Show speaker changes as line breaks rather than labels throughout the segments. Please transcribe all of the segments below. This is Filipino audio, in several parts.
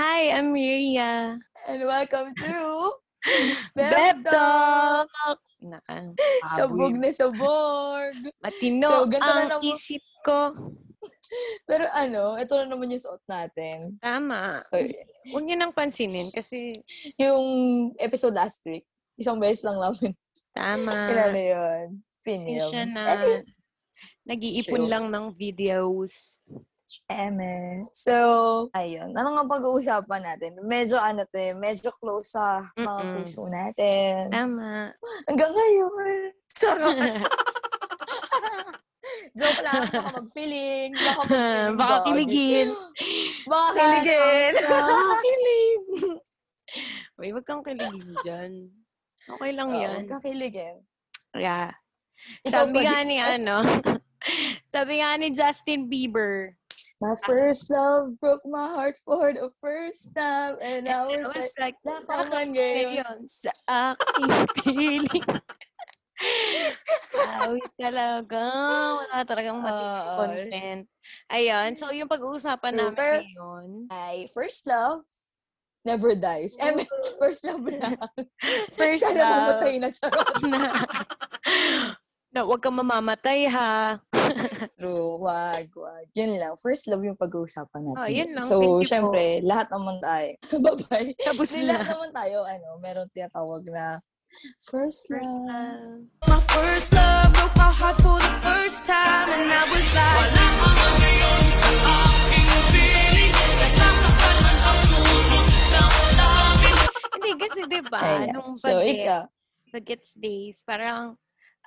Hi, I'm Ria.
And welcome to
Beb
Beb Talk!
Naka,
Sabog na sabog!
matino
So, ganito na
ang
naman-
isip ko.
Pero ano, ito na naman yung suot natin.
Tama.
So,
Huwag niyo nang pansinin kasi
yung episode last week, isang beses lang namin.
tama.
Kinala yun. Sinyum.
Pasensya Ah. na.
Eh,
Nag-iipon
True.
lang ng videos.
Eme. So, ayun. Ano nga pag-uusapan natin? Medyo ano to eh, medyo close sa mga
Mm-mm. Ah.
puso natin.
Tama.
Hanggang ngayon. Charot. Joke lang. Baka mag-feeling. Baka mag-feeling.
Baka
dog.
kiligin.
Baka kiligin.
Baka kilig. Uy, huwag kang kiligin dyan. Okay lang
Oo,
yan.
huwag kang kiligin.
Yeah.
Ah, Ikaw pa
Sabi nga
din.
ni ano, sabi nga ni Justin Bieber,
My first love broke my heart for the first time. And I was
I was
like,
like,
nakaman ngayon.
ngayon sa aking piling. Awi talaga. Wala talagang matinong
Oo.
content. Ayun. So, yung pag-uusapan
True,
namin
pero-
ngayon.
My first love never dies. Eh, may- first love na.
First
Sana
love
mamatay na charot.
na, na huwag kang mamamatay ha.
True. Wag, wag. Yun lang. First love yung pag-uusapan natin.
Oh, yun lang. Thank
So,
you po.
syempre, lahat naman tayo. Bye-bye.
Tapos
Hindi, lahat
na.
naman tayo, ano, meron tinatawag na first love.
First love.
My first love broke my heart for the first time, and I was like.
Hindi, kasi di ba,
Ayan.
nung
So,
bagets,
ikaw.
bagets days, parang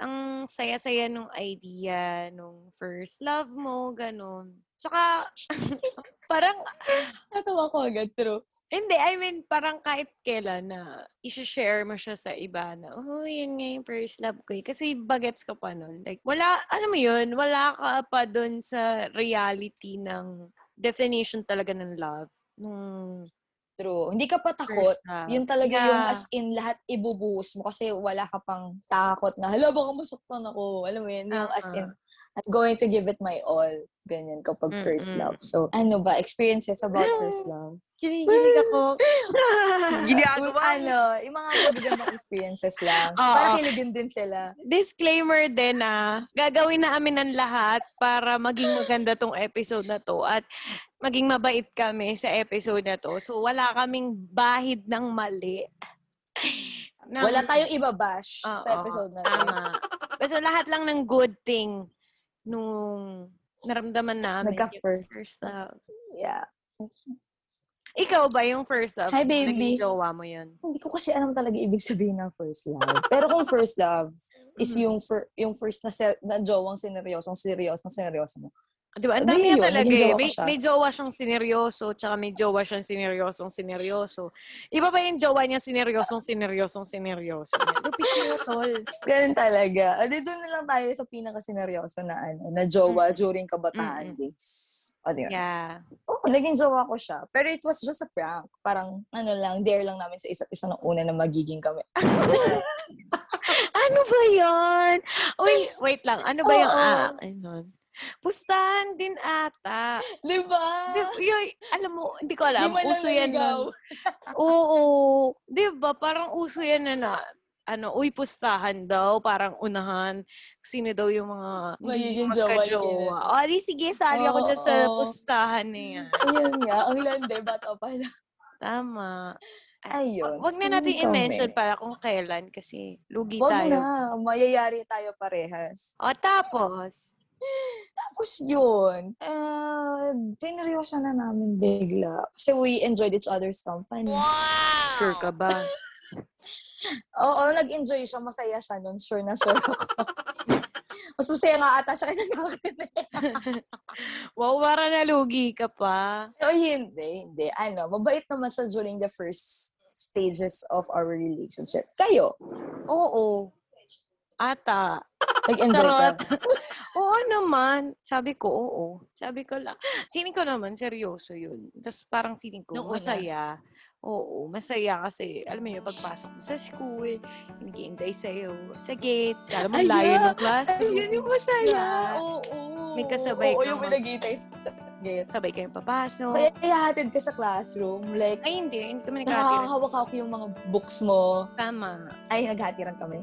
ang saya-saya nung idea, nung first love mo, ganun. Tsaka, parang,
Natawa ko agad, true.
hindi, I mean, parang kahit kailan na isi-share mo siya sa iba na, oh, yun nga yung first love ko. eh." Kasi bagets ka pa nun. Like, wala, alam mo yun, wala ka pa dun sa reality ng definition talaga ng love. Nung
True. Hindi ka pa takot.
first love.
Yun talaga yung
Yeah.
as in lahat ibubuhos mo kasi wala ka pang takot na, hala, baka masaktan ako. Alam mo yun, yung as in, I'm going to give it my all. Ganyan kapag first
Uh-huh. Mm-mm.
love. So, ano ba? Experiences about first love.
Kinikilig ako.
Yung Ano, yung mga magagandang experiences lang.
Oo.
Para kiligin din sila.
Disclaimer din ah, gagawin namin ang lahat para maging maganda tong episode na to at maging mabait kami sa episode na to. So wala kaming bahid ng mali. Ng-
Wala tayong ibabash
Oo,
sa episode na to.
Tama. Basta lahat lang ng good thing nung naramdaman namin.
Nagka-first.
Yung first love.
Yeah.
Ikaw ba yung first love?
Hi, baby.
Naging jowa mo yun.
Hindi ko kasi alam talaga ibig sabihin ng first love. Pero kung first love is
Mm-hmm.
yung fir- yung first na, se- na jowang seneryosong seryosong seryoso mo,
Di ba? Ang
Ano
dami
yun?
niya
Naging
talaga eh.
jowa ko
May,
siya.
may jowa siyang sineryoso, tsaka may jowa siyang sineryosong sineryoso. Iba pa yung jowa niya sineryosong sineryosong sineryoso. Lupit niya, tol.
Ganun talaga. O, di doon na lang tayo sa pinakaseneryoso na ano, na jowa during kabataan
Mm-mm.
days. O, di ba?
Mm-hmm. Yeah.
Oo, naging jowa ko siya. Pero it was just a prank. Parang, ano lang, dare lang namin sa isa't isa nung una na magiging kami.
Ano ba yun? Uy, wait lang. Ano ba yung...
Oo.
Ah, ayun. Pustahan din ata.
Di ba?
Di- yoy, alam mo, hindi ko
Di
alam.
ba lang
Uso yan
naligaw?
nun. Oo. Di ba? Parang uso yan na na. Ano, uy, pustahan daw. Parang unahan. Sino daw yung mga... hindi
Magiging
yung
jowa ni
magka-jowa. O, di sige, sali ako dyan sa
Oo. Mm.
pustahan na yan.
Ayun nga, ang lande, bata pa lang.
Tama.
Ayun.
Huwag na
sino
natin
kami?
i-mention para kung kailan kasi lugi
Wag
tayo.
na, mayayari tayo parehas.
O, tapos,
Tapos yun, eh, sineryoso na namin bigla. Kasi we enjoyed each other's company.
sure ka ba?
Oo, nag-enjoy siya. Masaya siya nun. Sure na sure ako. Mas masaya nga ata siya kaysa sa akin.
Wow, para na lugi ka pa.
o Oh, hindi, hindi. Ano, mabait naman siya during the first stages of our relationship. Kayo,
Oo. Ata.
nag-enjoy ka.
Charot. oo naman. Sabi ko, oo. Sabi ko lang. Feeling ko naman, seryoso yun. Tapos parang feeling ko,
Nung una.
masaya. Oo, masaya kasi, alam mo yun, pagpasok mo sa school, nag-iintay sa'yo sa gate. Alam mo, layo
Ayan!
ng classroom.
Ayun yung masaya.
Yeah.
Oo.
May kasabay
Oo,
ka Oh.
yung
mag-
pinag-iitay sa Ganyan.
Sabay kayong papasok.
Kaya Ah. ihahatid ka sa classroom, like,
Ay, hindi. Hindi kami nagkatira.
nakakahawak-hawak yung mga books mo.
Tama.
Ay, naghatiran kami.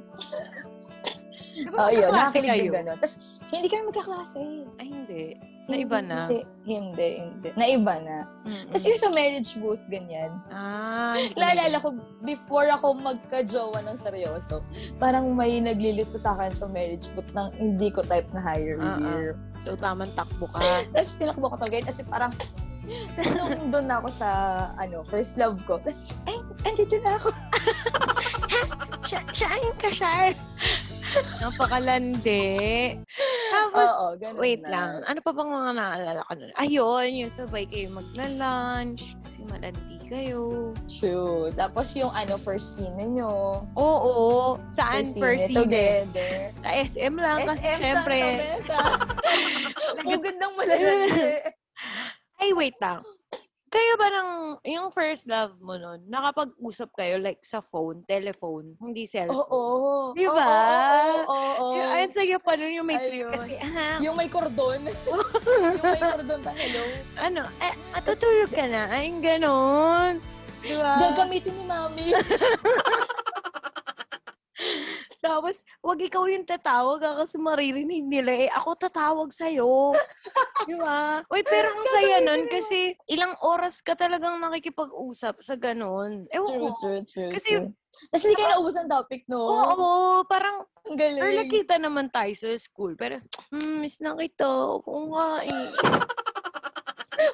Diba,
Oo, Ah, yun.
magkaklase
Nakakilig
kayo?
yung gano'n. Tapos, hindi kami magkaklase.
Ay, hindi. Naiba na.
Hindi, hindi, hindi. Naiba na.
Mm-mm.
Tapos yung sa marriage booth, ganyan.
Ah, hindi.
Naalala ko, before ako magka-jowa ng seryoso, parang may naglilista sa akin sa marriage book ng hindi ko type na higher
Ah, ah.
year.
So, tamang takbo ka.
Tapos tinakbo ko talaga yun kasi parang, tapos nung doon na ako sa, ano, first love ko, tapos, ay, andito na ako.
siya, siya ang kasar. Napakalandi. Tapos,
Oo, ganun
wait
na.
lang. Ano pa bang mga naalala ko nun? Ayun, yung sabay kayo magla-lunch. Kasi malandi kayo.
True. Tapos yung, ano, first scene ninyo.
Oo, saan Ano, first scene?
Together.
Sa SM lang. Kasi
SM
syempre.
sa mesa. Ang gandang malalandi.
Ay, wait lang. Kayo ba ng, yung first love mo nun, nakapag-usap kayo like sa phone, telephone, hindi cellphone?
Oo. Oo,
Diba?
oo, oo, oo.
Yung, ayun, sige pa nun yung may
Ayun.
trip kasi, ah,
Yung may cordon. yung may cordon pa, hello.
ano, eh, matutulog ka na. Ay, ganon. Diba?
Gagamitin ni mami.
Tapos, wag ikaw yung tatawag ah, kasi maririnig nila eh, ako tatawag sa'yo. Di ba? Uy, pero ang saya nun
eh.
kasi ilang oras ka talagang nakikipag-usap sa ganun. Ewan ko.
true, true, true.
Kasi-
true. Tapos hindi kayo naubos ng topic, no?
Oo, parang,
Ang galing.
or nakita naman tayo sa school. Pero, mm, miss na kita. Oo nga eh.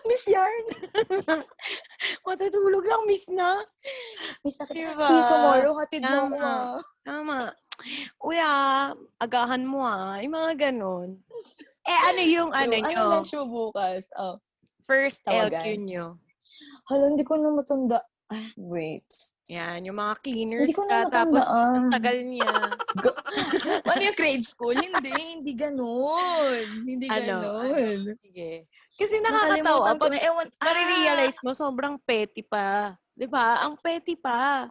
Miss Yarn.
Matutulog lang, miss na.
Miss Akita.
Diba?
See you tomorrow. Hatid mo
Tama.
ako, ah.
Tama. Uy ah, agahan mo ah. Yung mga ganun. Eh, ano yung ano
Yung,
nyo?
Ano lunch ah? mo bukas? Oh.
First
Tawagan.
LQ nyo.
Hala, hindi ko na matanda. Ah, wait.
Yan, yung mga cleaners
Hindi ko na
ka. Tapos, ang
matandaan.
tagal niya.
ano yung grade school? Hindi, hindi ganun. Hindi
Ano,
ganun.
Sige. Kasi nakakatawa.
Nakalimutan ko
Pag
na. Ewan, ah,
marirealize mo, sobrang petty pa. Di ba? Ang petty pa.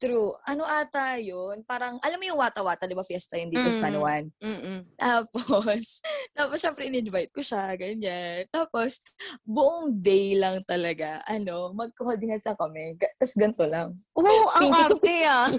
True. Ano ata yun? Parang, alam mo yung wata-wata, di ba, fiesta yun dito sa San
Mm.
Juan?
Mm-mm.
Tapos, tapos syempre in-invite ko siya, ganyan. Tapos, buong day lang talaga, ano, magkoordinasa kami. Ga- Tapos ganito lang.
Oo, ang
Pinky to
arte ah.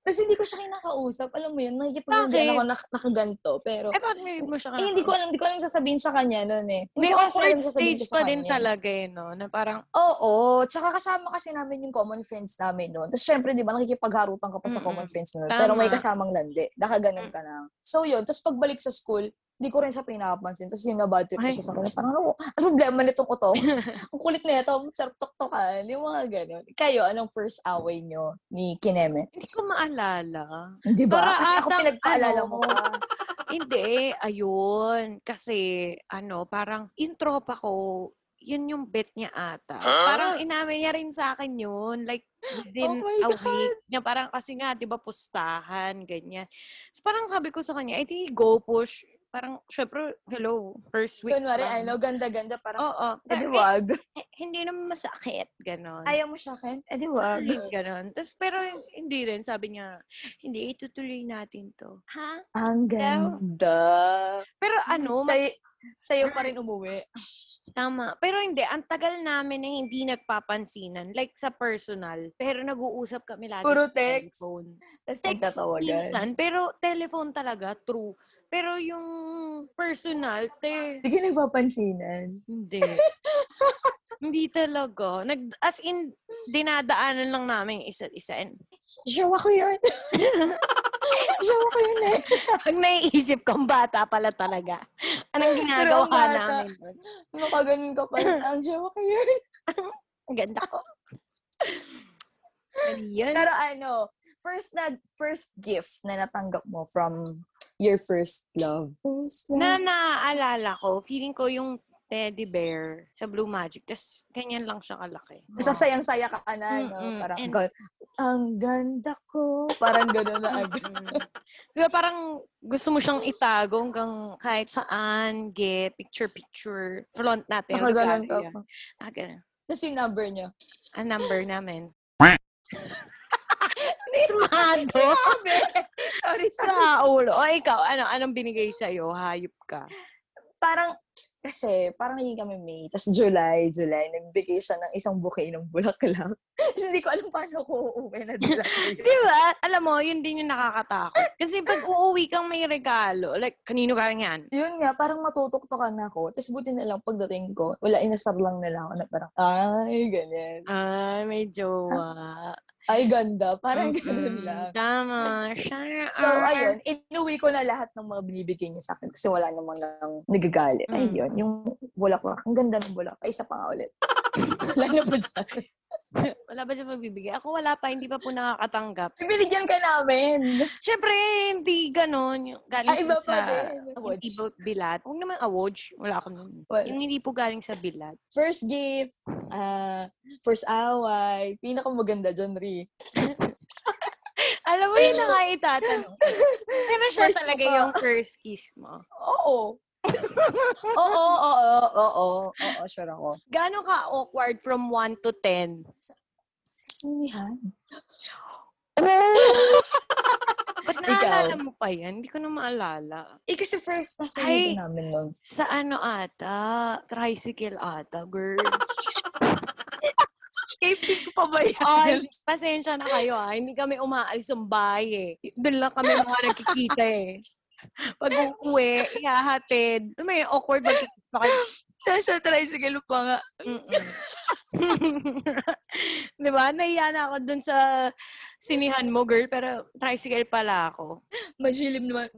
Tapos hindi ko siya kinakausap. Alam mo yun, nakikipagandaan
Bakit?
ako nak- nakaganto. Pero,
Eh, bakit hindi mo siya
eh, hindi ko alam, hindi ko alam sasabihin sa kanya noon eh. Hindi
May
ko kasi alam
awkward
sasabihin
stage
ko sa
pa din
kanya.
talaga eh, no? Na parang,
Oo. Tsaka kasama kasi namin yung common friends namin noon. Tapos syempre, di ba, nakikipagharutan ka pa sa
Mm-mm.
common friends mo noon. Pero
Tama. Mm.
may kasamang landi. Nakaganon ka na. So yun. Tapos pagbalik sa school, di ko rin siya pinapansin. Tapos yun, nabad trip ko
Ay.
siya sa akin. Parang, ano, ano problema nitong utong? Ang kulit na ito. Sarap toktokan. Yung mga ganon. Kayo, anong first away nyo ni Kineme?
hindi ko maalala.
Di ba?
Para
Kasi ako
atang,
pinagpaalala
ano,
mo pa.
Hindi, ayun. Kasi, ano, parang intro pa ko, yun yung bet niya ata. Parang inamin niya rin sa akin yun. Like,
Ah! Oh
within
my
a
God!
week. Na parang kasi nga, di ba, pustahan, ganyan. So, parang sabi ko sa kanya, ay, di, go push. Parang, syempre, hello, first week.
Kunwari,
lang.
ano, ganda-ganda. Parang,
Oo.
edi
Pero,
wag.
um, eh, eh, hindi naman masakit, ganon.
Ayaw mo siya, Ken? Edi wag.
Sorry, ganon. Tapos, pero hindi rin, sabi niya, hindi, itutuloy natin to. Ha?
Ang ganda.
Pero ano,
Say, sa'yo pa rin umuwi.
Tama. Pero hindi, ang tagal namin na hindi nagpapansinan. Like sa personal. Pero nag-uusap kami lagi
Puro
sa
text.
telephone.
Tapos
Text
nagtatawagan.
minsan, pero telephone talaga, true. Pero yung personal, te,
Hindi ka nagpapansinan.
hindi. hindi talaga. Nag, as in, dinadaanan lang namin yung isa't isa. And
Jowa ko yun. Jowa ko yun eh.
pag naiisip kong bata pala talaga, anong ginagawa
ang bata.
namin nun?
Nakaganon ka pa rin. Ang jowa ko yun.
Ang ganda ko. Pero yun.
Pero ano, first na, first gift na natanggap mo from your first love. First
Na
love.
naaalala ko, feeling ko yung teddy bear sa Blue Magic, tas ganyan lang siya kalaki.
Sasayang-saya ka na, no?
Mm-mm.
Parang,
And-
"Gan- ang ganda ko. Parang gano'n na agad.
Mm. Diba parang gusto mo siyang itago hanggang kahit saan, get, picture, picture, front natin.
Nakaganon ka
regalo yan.
pa.
Ah, ganun.
Tapos yung number niya.
Ang number namin. Smado!
Sabi! sorry, sorry.
sa ulo. O ikaw, ano, anong binigay sa'yo? Hayop ka.
parang Kasi parang naging kami May. Tapos July, July, nagbigay siya ng isang bouquet ng bulaklak. Hindi ko alam paano ko uuwi na bulaklak.
Di ba? Alam mo, yun din yung nakakatakot. Kasi pag uuwi kang may regalo, like, kanino galing yan?
Yun nga, parang matutoktokan ako. Tapos buti na lang pagdating ko, wala, inasar lang nila ako na parang, ay, ganyan.
Ay, may jowa.
Ay, ganda. Parang ganun
Mm-mm.
lang.
Tama. Siya
So, ayun, inuwi ko na lahat ng mga binibigay niya sa akin kasi wala namang nang nagagalit. Ay,
Mm.
yun, yung bulaklak. Ang ganda ng bulaklak. Ay, isa pa nga ulit. wala na po dyan.
Wala ba siya magbibigay? Ako wala pa, hindi pa po nakakatanggap.
Ay, binigyan ka namin.
Siyempre, hindi ganun. Yung galing
Ay,
po
Ah, iba pa
sa
din.
hindi po bilat. Huwag naman awards. Wala ako nun.
Wala.
Yung hindi po galing sa bilat.
First gift, ah, first away, pinakamaganda dyan, Ri.
Alam mo, yun na nga
Ano?
itatanong. ko. Pero siya
First
talaga
mo ba?
yung first kiss mo.
Oo. oo, oo, oo, oo, oo, sure ako.
Gano'n ka awkward from 1 to 10?
Sinihan.
Ba't
Ikaw?
naalala mo pa yan? Hindi ko na maalala.
Eh, kasi first, nasa Ay.
Ay.
namin nun.
Sa ano ata? Tricycle ata, girl.
Escaping ko pa ba
Ay, pasensya na kayo ah. Hindi kami umaalis ng bahay eh. Doon lang kami mga nakikita eh. Pag uuwi, ihahatid. Ano may awkward magkikiss pa kayo.
Tapos sa tricycle pa nga.
Mm-mm. Di ba? Nahiya na ako dun sa sinihan mo, girl. Pero tricycle pala ako.
Majilim naman.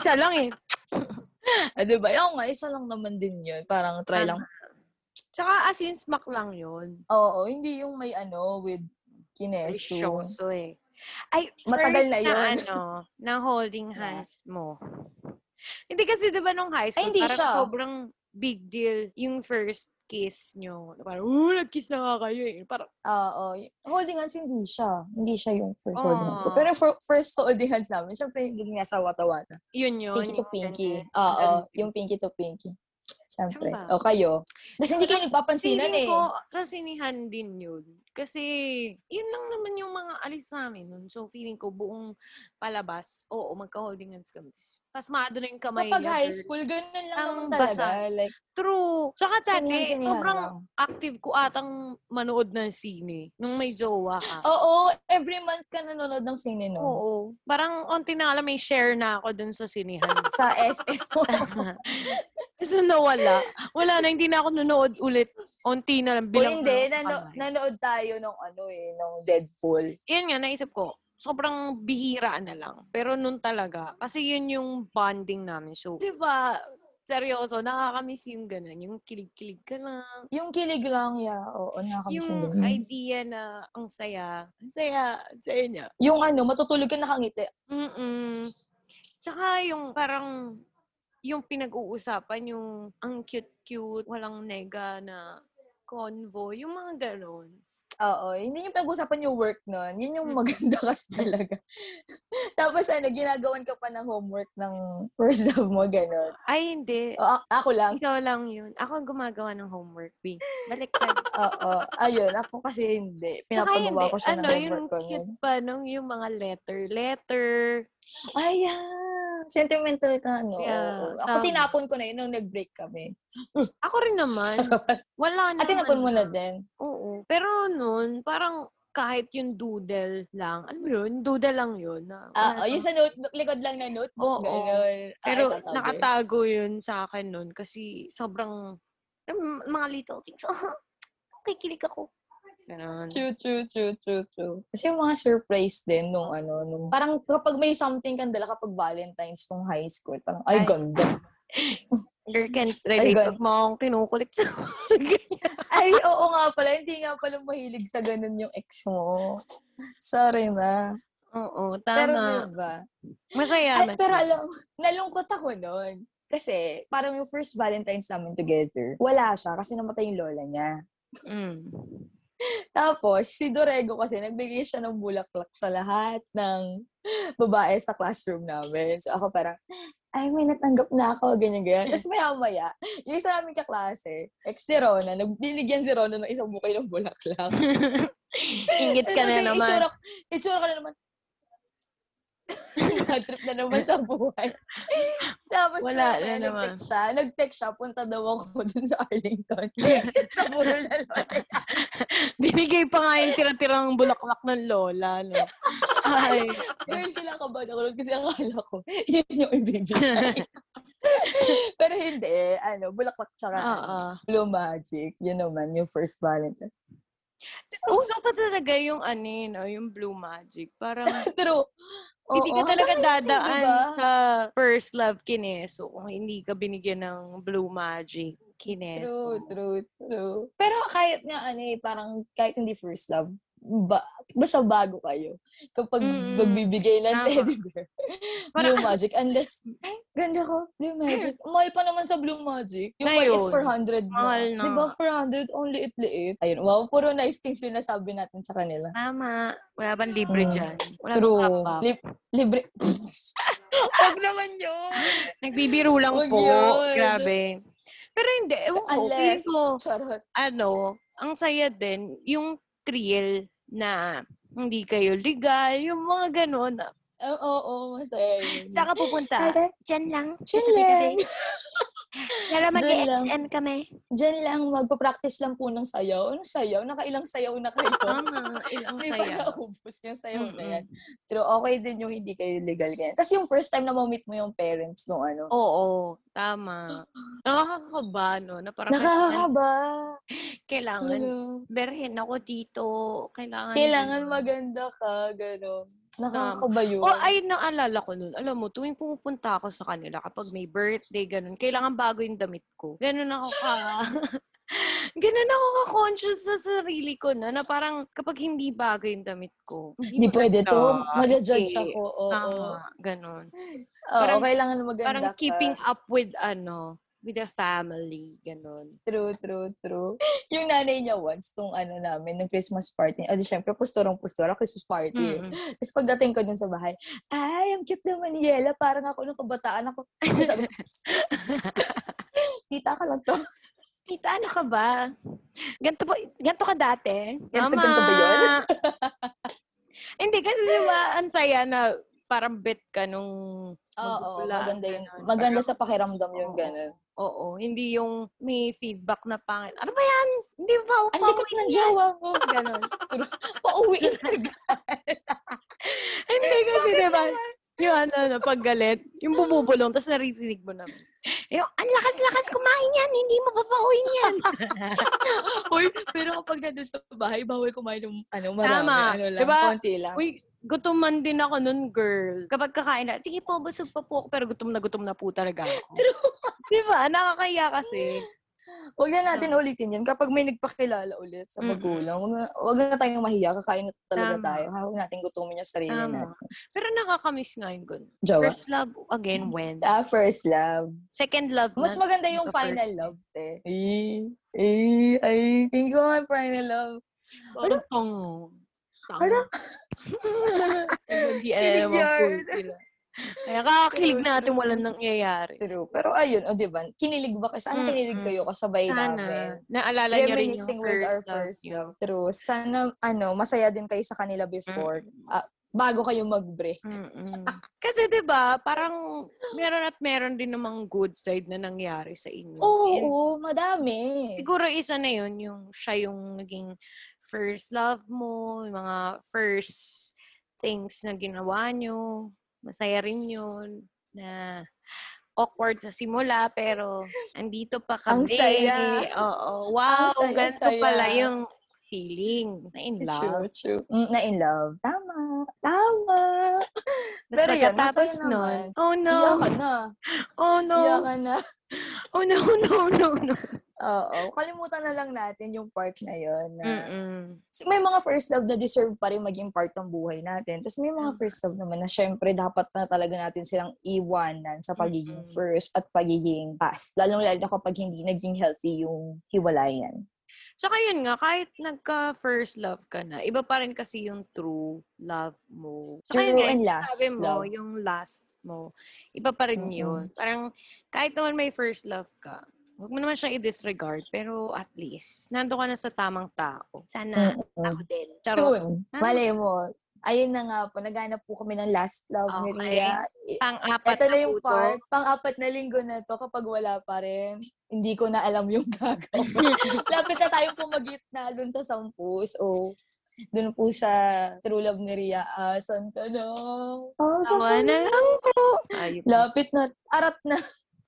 Isa lang eh.
Ah, diba? Ako nga, isa lang naman din yun. Parang try lang.
Tsaka as in smack lang yun.
Oo, hindi yung may ano, with kineso.
Resyoso eh. Ay,
Matagal
first
na yun.
ano, na holding hands mo. Hindi kasi diba nung high school,
Ay, hindi
parang
siya.
sobrang big deal yung first kiss nyo. Parang, uh, nag-kiss na nga kayo eh. Parang,
Oo. y- holding hands, hindi siya. Hindi siya yung first holding hands ko.
Oo.
Pero for, first holding hands namin, syempre, hindi nga sa watawa na.
yun yun.
Pinky to
yung
pinky.
ganyan.
Oo, yung pinky to pinky. Syempre.
Saan ba?
O, kayo. Kasi hindi kayo nagpapansinan
Feeling
eh.
ko, sa sinihan din yun. Kasi, yun lang naman yung mga alis namin nun. So, feeling ko, buong palabas, oo, magka-holding hands kami. Pasmado na yung kamay
Kapag
niya,
high
girl.
school, ganun lang
Ang
naman talaga.
basa.
Like,
True. Tsaka
sinihan,
dati,
sinihan
sobrang
lang.
active ko atang manood ng sine. Nung may jowa ka.
Oo, every month ka nanonood ng sine, no?
Oo. Parang onti na alam, may share na ako dun sa sinihan.
Sa SM.
so, nawala. Wala na, hindi na ako nanood ulit. Onti na
O
lang. Bilang
hindi,
na-
nano-
kamay.
nanood tayo ng ano eh, ng Deadpool.
yun nga, naisip ko, sobrang bihira na lang. Pero nun talaga, kasi yun yung bonding namin. So, di ba, seryoso, nakakamiss yung ganun. Yung kilig-kilig ka lang.
Yung kilig lang, yeah, oo, nakakamiss yung
Yung
ganun.
idea na ang saya. Ang saya. Ang saya niya.
Yung ano, matutulog ka nakangiti.
Mm-mm. Mm. Tsaka yung parang yung pinag-uusapan, yung ang cute-cute, walang nega na convo, yung mga ganon.
Oo, hindi yung pinag-usapan yung work nun. Yun yung
Mm.
maganda kasi talaga. Tapos ano, ginagawan ka pa ng homework ng first love mo, ganun.
Ay, hindi.
O, a- ako lang.
Ikaw lang yun. Ako ang gumagawa ng homework, B. Baliktad.
Oo, ayun, ako kasi hindi.
Tsaka hindi,
Pinapagawa ko siya ng
ano, yung
homework ko. nun.
cute pa nung yung mga letter. Letter.
Ay, yeah. Sentimental ka, no?
Yeah,
Oo. Ako
tama.
tinapon ko na yun nung nag-break kami.
Ako rin naman. Wala naman.
At Ah, tinapon mo na din.
Oo. Pero nun, parang kahit yung doodle lang. Ano yun? Doodle lang yun. na
Ah, oh,
wala
yung
pang-
sa notebook, likod lang na notebook.
Oo.
ganun. Ah, Ay,
Pero
tatabi.
nakatago yun sa akin nun kasi sobrang mm, mga little things. Oh, kikilig ako. Ganun.
True, true, true, true, true. Kasi yung mga surprise din nung ano, nung, parang kapag may something kang dala kapag Valentine's nung high school, parang, ay,
Ay.
ganda.
Girl can't relate.
gan-
Huwag mo akong kinukulit sa
ay, oo nga pala, hindi nga pala mahilig sa ganun yung ex mo. Sorry na.
Oo,
Pero
tama.
diba?
Masaya.
Ay,
masaya.
pero alam, mo, nalungkot ako noon. Kasi, parang yung first Valentine's namin together, wala siya kasi namatay yung lola niya.
Mm.
Tapos, si Dorego kasi, nagbigay siya ng bulaklak sa lahat ng babae sa classroom namin. So, ako parang, ay, may natanggap na ako, ganyan, ganyan. Tapos maya-maya, yung isa namin kaklase, ex ni Rona, nagbinigyan si Rona ng isang bukay ng bulaklak.
Ingit ka
Tapos
na
sabi,
naman.
Itsura, itsura ka na naman. Bad trip na naman sa buhay. Tapos
Wala
maya-maya,
na naman.
Nag-text siya. Nag-text siya. Punta daw ako dun sa Arlington. sa puro lalaki.
Binigay pa nga yung tira-tirang bulaklak ng lola, no? Ay.
Girl, kinakabahan ako nun kasi akala ko, yun yung ibibigay. Pero hindi. Ano, bulaklak tsaka
Oo.
blue magic. Yun naman, yung first Valentine.
Uso pa talaga yung ano yun, no? yung blue magic. Parang
True.
hindi ka
Oo,
talaga
hanggang ngayon,
dadaan
diba?
sa first love kineso kung hindi ka binigyan ng blue magic
True,
kineso.
true, true. Pero kahit nga, ano eh, parang kahit hindi first love, ba, basta bago kayo. Kapag
Mm,
magbibigay ng
tama.
teddy bear.
Parang-
blue magic. Unless, ay, ganda ko. Blue magic. Mahal pa naman sa blue magic. Yung
Ngayon,
maliit 400 na.
mahal na.
Di ba 400? Only it-liit. Ayun, wow. Puro nice things yung nasabi natin sa kanila.
Tama. Wala bang libre
Mm.
dyan? Wala bang
True.
pop-up?
Lib- libre. Huwag naman yun.
Nagbibiro lang
Huwag
po.
yun.
Grabe. Pero hindi. Ewan ko.
Unless,
feeling ko,
charot.
ano, ang saya din, yung thrill na hindi kayo legal, yung mga ganun.
Oo, oo, masaya yun.
Saan ka pupunta?
Diyan lang.
Chill lang.
Gabi-gabi. Lala
Diyan lang.
mag-XM kami.
Diyan lang, magpa-practice lang po ng sayaw. Ano sayaw? Nakailang sayaw na kayo.
Tama, Ah, ilang
Hindi pa
saya.
naubos yung sayaw na
Mm-mm.
yan. Pero okay din yung hindi kayo legal ganyan. Tapos yung first time na ma-meet mo yung parents nung ano.
Oo, tama. Nakakakaba, no? Na parang kailangan,
Nakakaba.
kailangan
Ano?
berhen ako dito. Kailangan.
Kailangan maganda ka, gano'n. Nakakaba yun.
Oh, ay, naalala ko nun. Alam mo, tuwing pumupunta ako sa kanila, kapag may birthday, ganun, kailangan bago yung damit ko. Ganun ako ka... ganun ako ka-conscious sa sarili ko na, na parang kapag hindi bago yung damit ko.
Hindi pwede to.
maganda.
Maja-judge
Eh,
ako. Oo, oo.
Tama, ganun.
Oo,
Parang-
kailangan maganda
Parang
ka.
keeping up with, ano, with the family, ganun.
True, true, true. Yung nanay niya once, tong ano namin, nung Christmas party. O di syempre, pusturong pustura, Christmas party.
Mm.
Tapos pagdating ko dun sa bahay, ay, ang cute naman ni Yela. Parang ako nung kabataan ako. Tapos Sabi ko, tita ka lang to.
Tita, ano ka ba? Ganto, po, ganto ka dati?
Ganto- ganto ba yun?
Hindi, kasi diba, ang saya na parang bet ka nung
Oo,
magbubulaan,
maganda yun.
ganun.
Maganda
Parang,
sa pakiramdam yung
Oo.
ganun.
Oo, hindi yung may feedback na pangit. Ano ba yan? Hindi ba ako
Ang likot ng jowa mo.
Ganon.
Pauwi agad.
hindi kasi diba, yung ano, ano, paggalit, yung bububulong, tapos naririnig mo na. Yung, ang lakas-lakas kumain yan, hindi mo papauin yan.
Uy, pero kapag nandun sa bahay, bawal kumain ng ano, marami.
Tama.
Ano lang,
Diba?
konti lang.
Uy, gutuman din ako nun, girl. Kapag kakain na, sige po, busog pa po ako, pero gutom na gutom na po talaga ako. True. Di ba? Nakakaya kasi.
Huwag na natin ulitin yan. Kapag may nagpakilala ulit sa
Hmm. Mm-mm.
magulang, huwag na, huwag na tayong mahiya. Kakain na talaga
Tama.
tayo. Huwag natin gutumin yung sarili
Tama.
natin.
Pero nakakamiss nga yung ganun.
Jowa.
First love, again, when?
Ah, first love.
Second love
Mas
na.
maganda yung
the first
final
love.
love, te. Eh, eh, ay, tingin ko nga final love.
Parang tango.
Ano?
Hindi
Kilig
alam ang cool
yun.
sila. Kaya kakakilig natin walang nangyayari.
True. Pero ayun, o diba, kinilig ba kayo? Sana kinilig
Mm-mm.
kayo kasabay
Sana.
namin.
Naalala niyo rin yung
Reminiscing with our
first love.
first
niyo.
love. True. Sana, ano, masaya din kayo sa kanila before. ah, bago kayo mag-break.
mm Kasi 'di ba, parang meron at meron din namang good side na nangyari sa inyo.
Oo, oo,
And
madami.
Siguro isa na 'yun yung siya yung naging first love mo, yung mga first things na ginawa nyo. Masaya rin 'yun na awkward sa simula pero andito pa
Ang
kami.
saya.
Oo. Wow,
saya,
ganito
saya.
pala yung feeling na in love.
True, true. Mm, na in love. Tama. Tama.
Tapos
Pero yun,
pagkatapos
masaya
nun,
naman.
oh no,
Iyakan na.
oh no,
Iyakan na.
Oh, no, no, no, no.
Oo. Kalimutan na lang natin yung part na yun. Na,
Mm. Mm-mm.
So, may mga first love na deserve pa rin maging part ng buhay natin. Tapos may mga first love naman na syempre dapat na talaga natin silang iwanan sa pagiging
Mm-mm.
first at pagiging past. Lalong-lalo na kapag hindi naging healthy yung hiwalayan.
Tsaka yun nga, kahit nagka-first love ka na, iba pa rin kasi yung true love mo. Tsaka
True
yun nga,
and
yung
last
sabi mo,
love.
yung last mo, iba pa rin
Mm-mm.
yun. Parang, kahit naman may first love ka, huwag mo naman siyang i-disregard, pero at least, nando ka na sa tamang tao. Sana,
Mm-mm.
ako din. Charot.
Soon,
Ah.
malay mo, ayun na nga po, naghanap po kami ng last love ni
Okay.
Ria. I-
Pang-apat
Ito
na,
na yung
puto.
part, pang-apat na linggo na to, kapag wala pa rin, hindi ko na alam yung gagawin. Lapit na tayo pumagit na dun sa sampu. So, dun po sa true love ni Ria, asan ka na? Oh,
Tawa na lang po. Ayun.
Lapit na, arat na.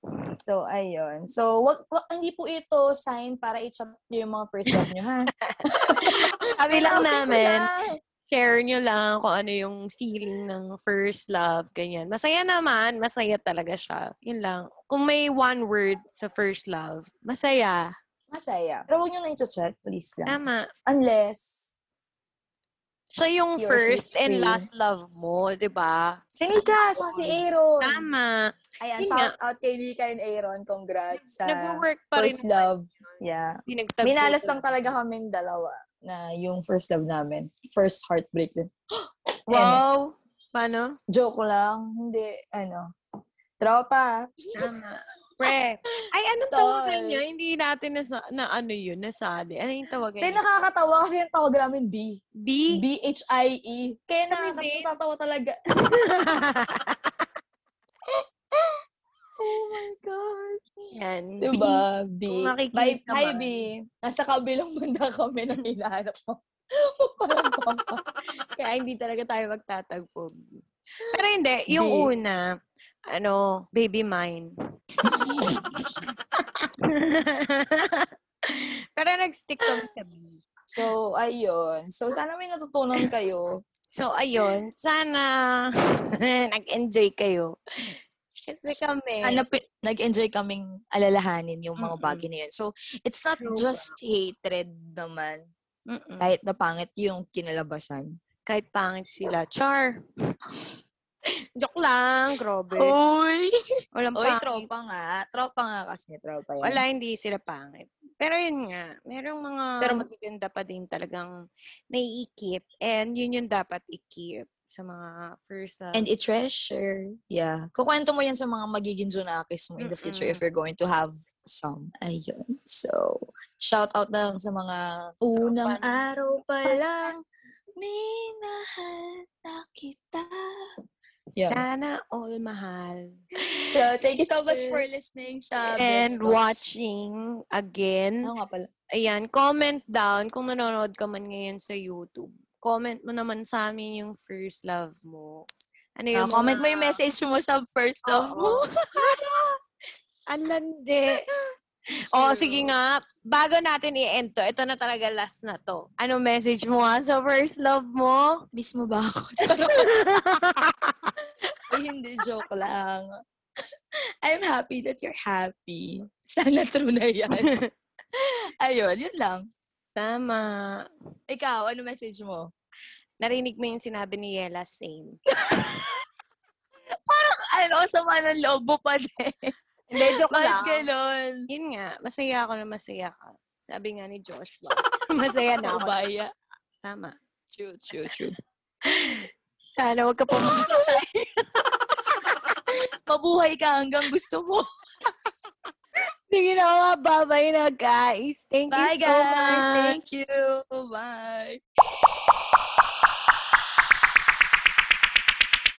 So, ayun. So, wag, wag- hindi po ito sign para i-chat niyo yung mga first love niyo, ha?
Sabi lang
Kailangan ko
namin,
lang.
share nyo lang kung ano yung feeling ng first love, ganyan. Masaya naman, masaya talaga siya. Yun lang. Kung may one word sa first love, masaya.
Masaya. Pero huwag nyo na i-chat, please lang.
Tama.
Unless,
Siya yung
Yours is
first and
free.
last love mo, di ba?
si Nika, tsaka si Aaron.
Tama.
Ayan,
Yun
shout out kay Nika and Aaron. Congrats sa
Nag-work pa rin.
first love. Yeah.
Pinagtagpo
Binalas
ko.
lang talaga kaming dalawa na yung first love namin. First heartbreak din. Eh,
Wow. Paano?
joke lang. Hindi, ano. Tropa.
Tama. Pre. Ay, anong
Tol.
tawagan niya? Hindi natin na, na ano yun, nasali. Ano yung tawagan
Hindi,
niya?
nakakatawa kasi yung tawag namin B.
B?
B-H-I-E. Kaya
Kami din.
nakakatawa talaga. Oh my God.
Yan.
Diba? B.
Kung makikinig
Bye, hi,
naman.
B. Nasa kabilang banda kami na hinahanap mo. Parang pampa.
Kaya hindi talaga tayo magtatagpo. Pero hindi, yung
Di.
una, ano, baby mine. Pero nag-stick kami sa B.
So, ayun. So, sana may natutunan kayo.
So, ayun. Sana nag-enjoy kayo. Kasi kami.
Ah, napi- nag-enjoy kaming alalahanin yung mga
Mm-mm.
bagay na yun. So, it's not
True.
just hatred naman.
Mm-mm.
Kahit na pangit yung kinalabasan.
Kahit pangit sila. Char. Joke lang, grobe.
Uy!
Walang
Uy,
pangit.
Oh. tropa nga. Tropa nga kasi. Tropa yan.
Wala, hindi sila pangit. Pero yun nga, merong mga
Pero
Pero,
mat-
magaganda pa din talagang naiikip. And yun yung dapat ikip sa mga first ah, love.
And i-treasure. Yeah. Kukwento mo yan sa mga magiging junakis mo in the future if
Mm-mm.
you're going to have some. Ayun. So, shout out na lang sa mga unang
lang.
araw pa lang. Minahal na kita. yun.
Sana all mahal.
So, thank you so much for listening sa Best
and
Talks.
watching again.
Ano nga pala?
Ayan, comment down kung nanonood ka man ngayon sa YouTube. Comment mo naman sa amin yung first love mo. Ano
Ah,
yung
comment mo
mga-
yung message mo sa first love mo.
Oo. Ang landi. Oo, Oh, sige nga. Bago natin i-end to, ito na talaga last na to. Ano message mo nga sa first love mo?
Miss mo ba ako? Charot. Ay, hindi. Joke lang. I'm happy that you're happy. Sana true na yan. Ayun, yun lang.
Tama.
Ikaw, ano message mo?
Narinig mo yung sinabi ni Yela, same.
Ano, sama ng loob mo pa din.
Hindi, joke
Bakit
lang.
ganun?
Yun nga, masaya ako na masaya ka. Sabi nga ni Joshua. masaya na ako.
Ubaya.
Tama.
True, true, true.
Sana wag ka po.
Mabuhay ka hanggang gusto mo.
Sige na mga babay na, guys. Thank
Bye,
you so
guys.
much.
Thank you. Bye.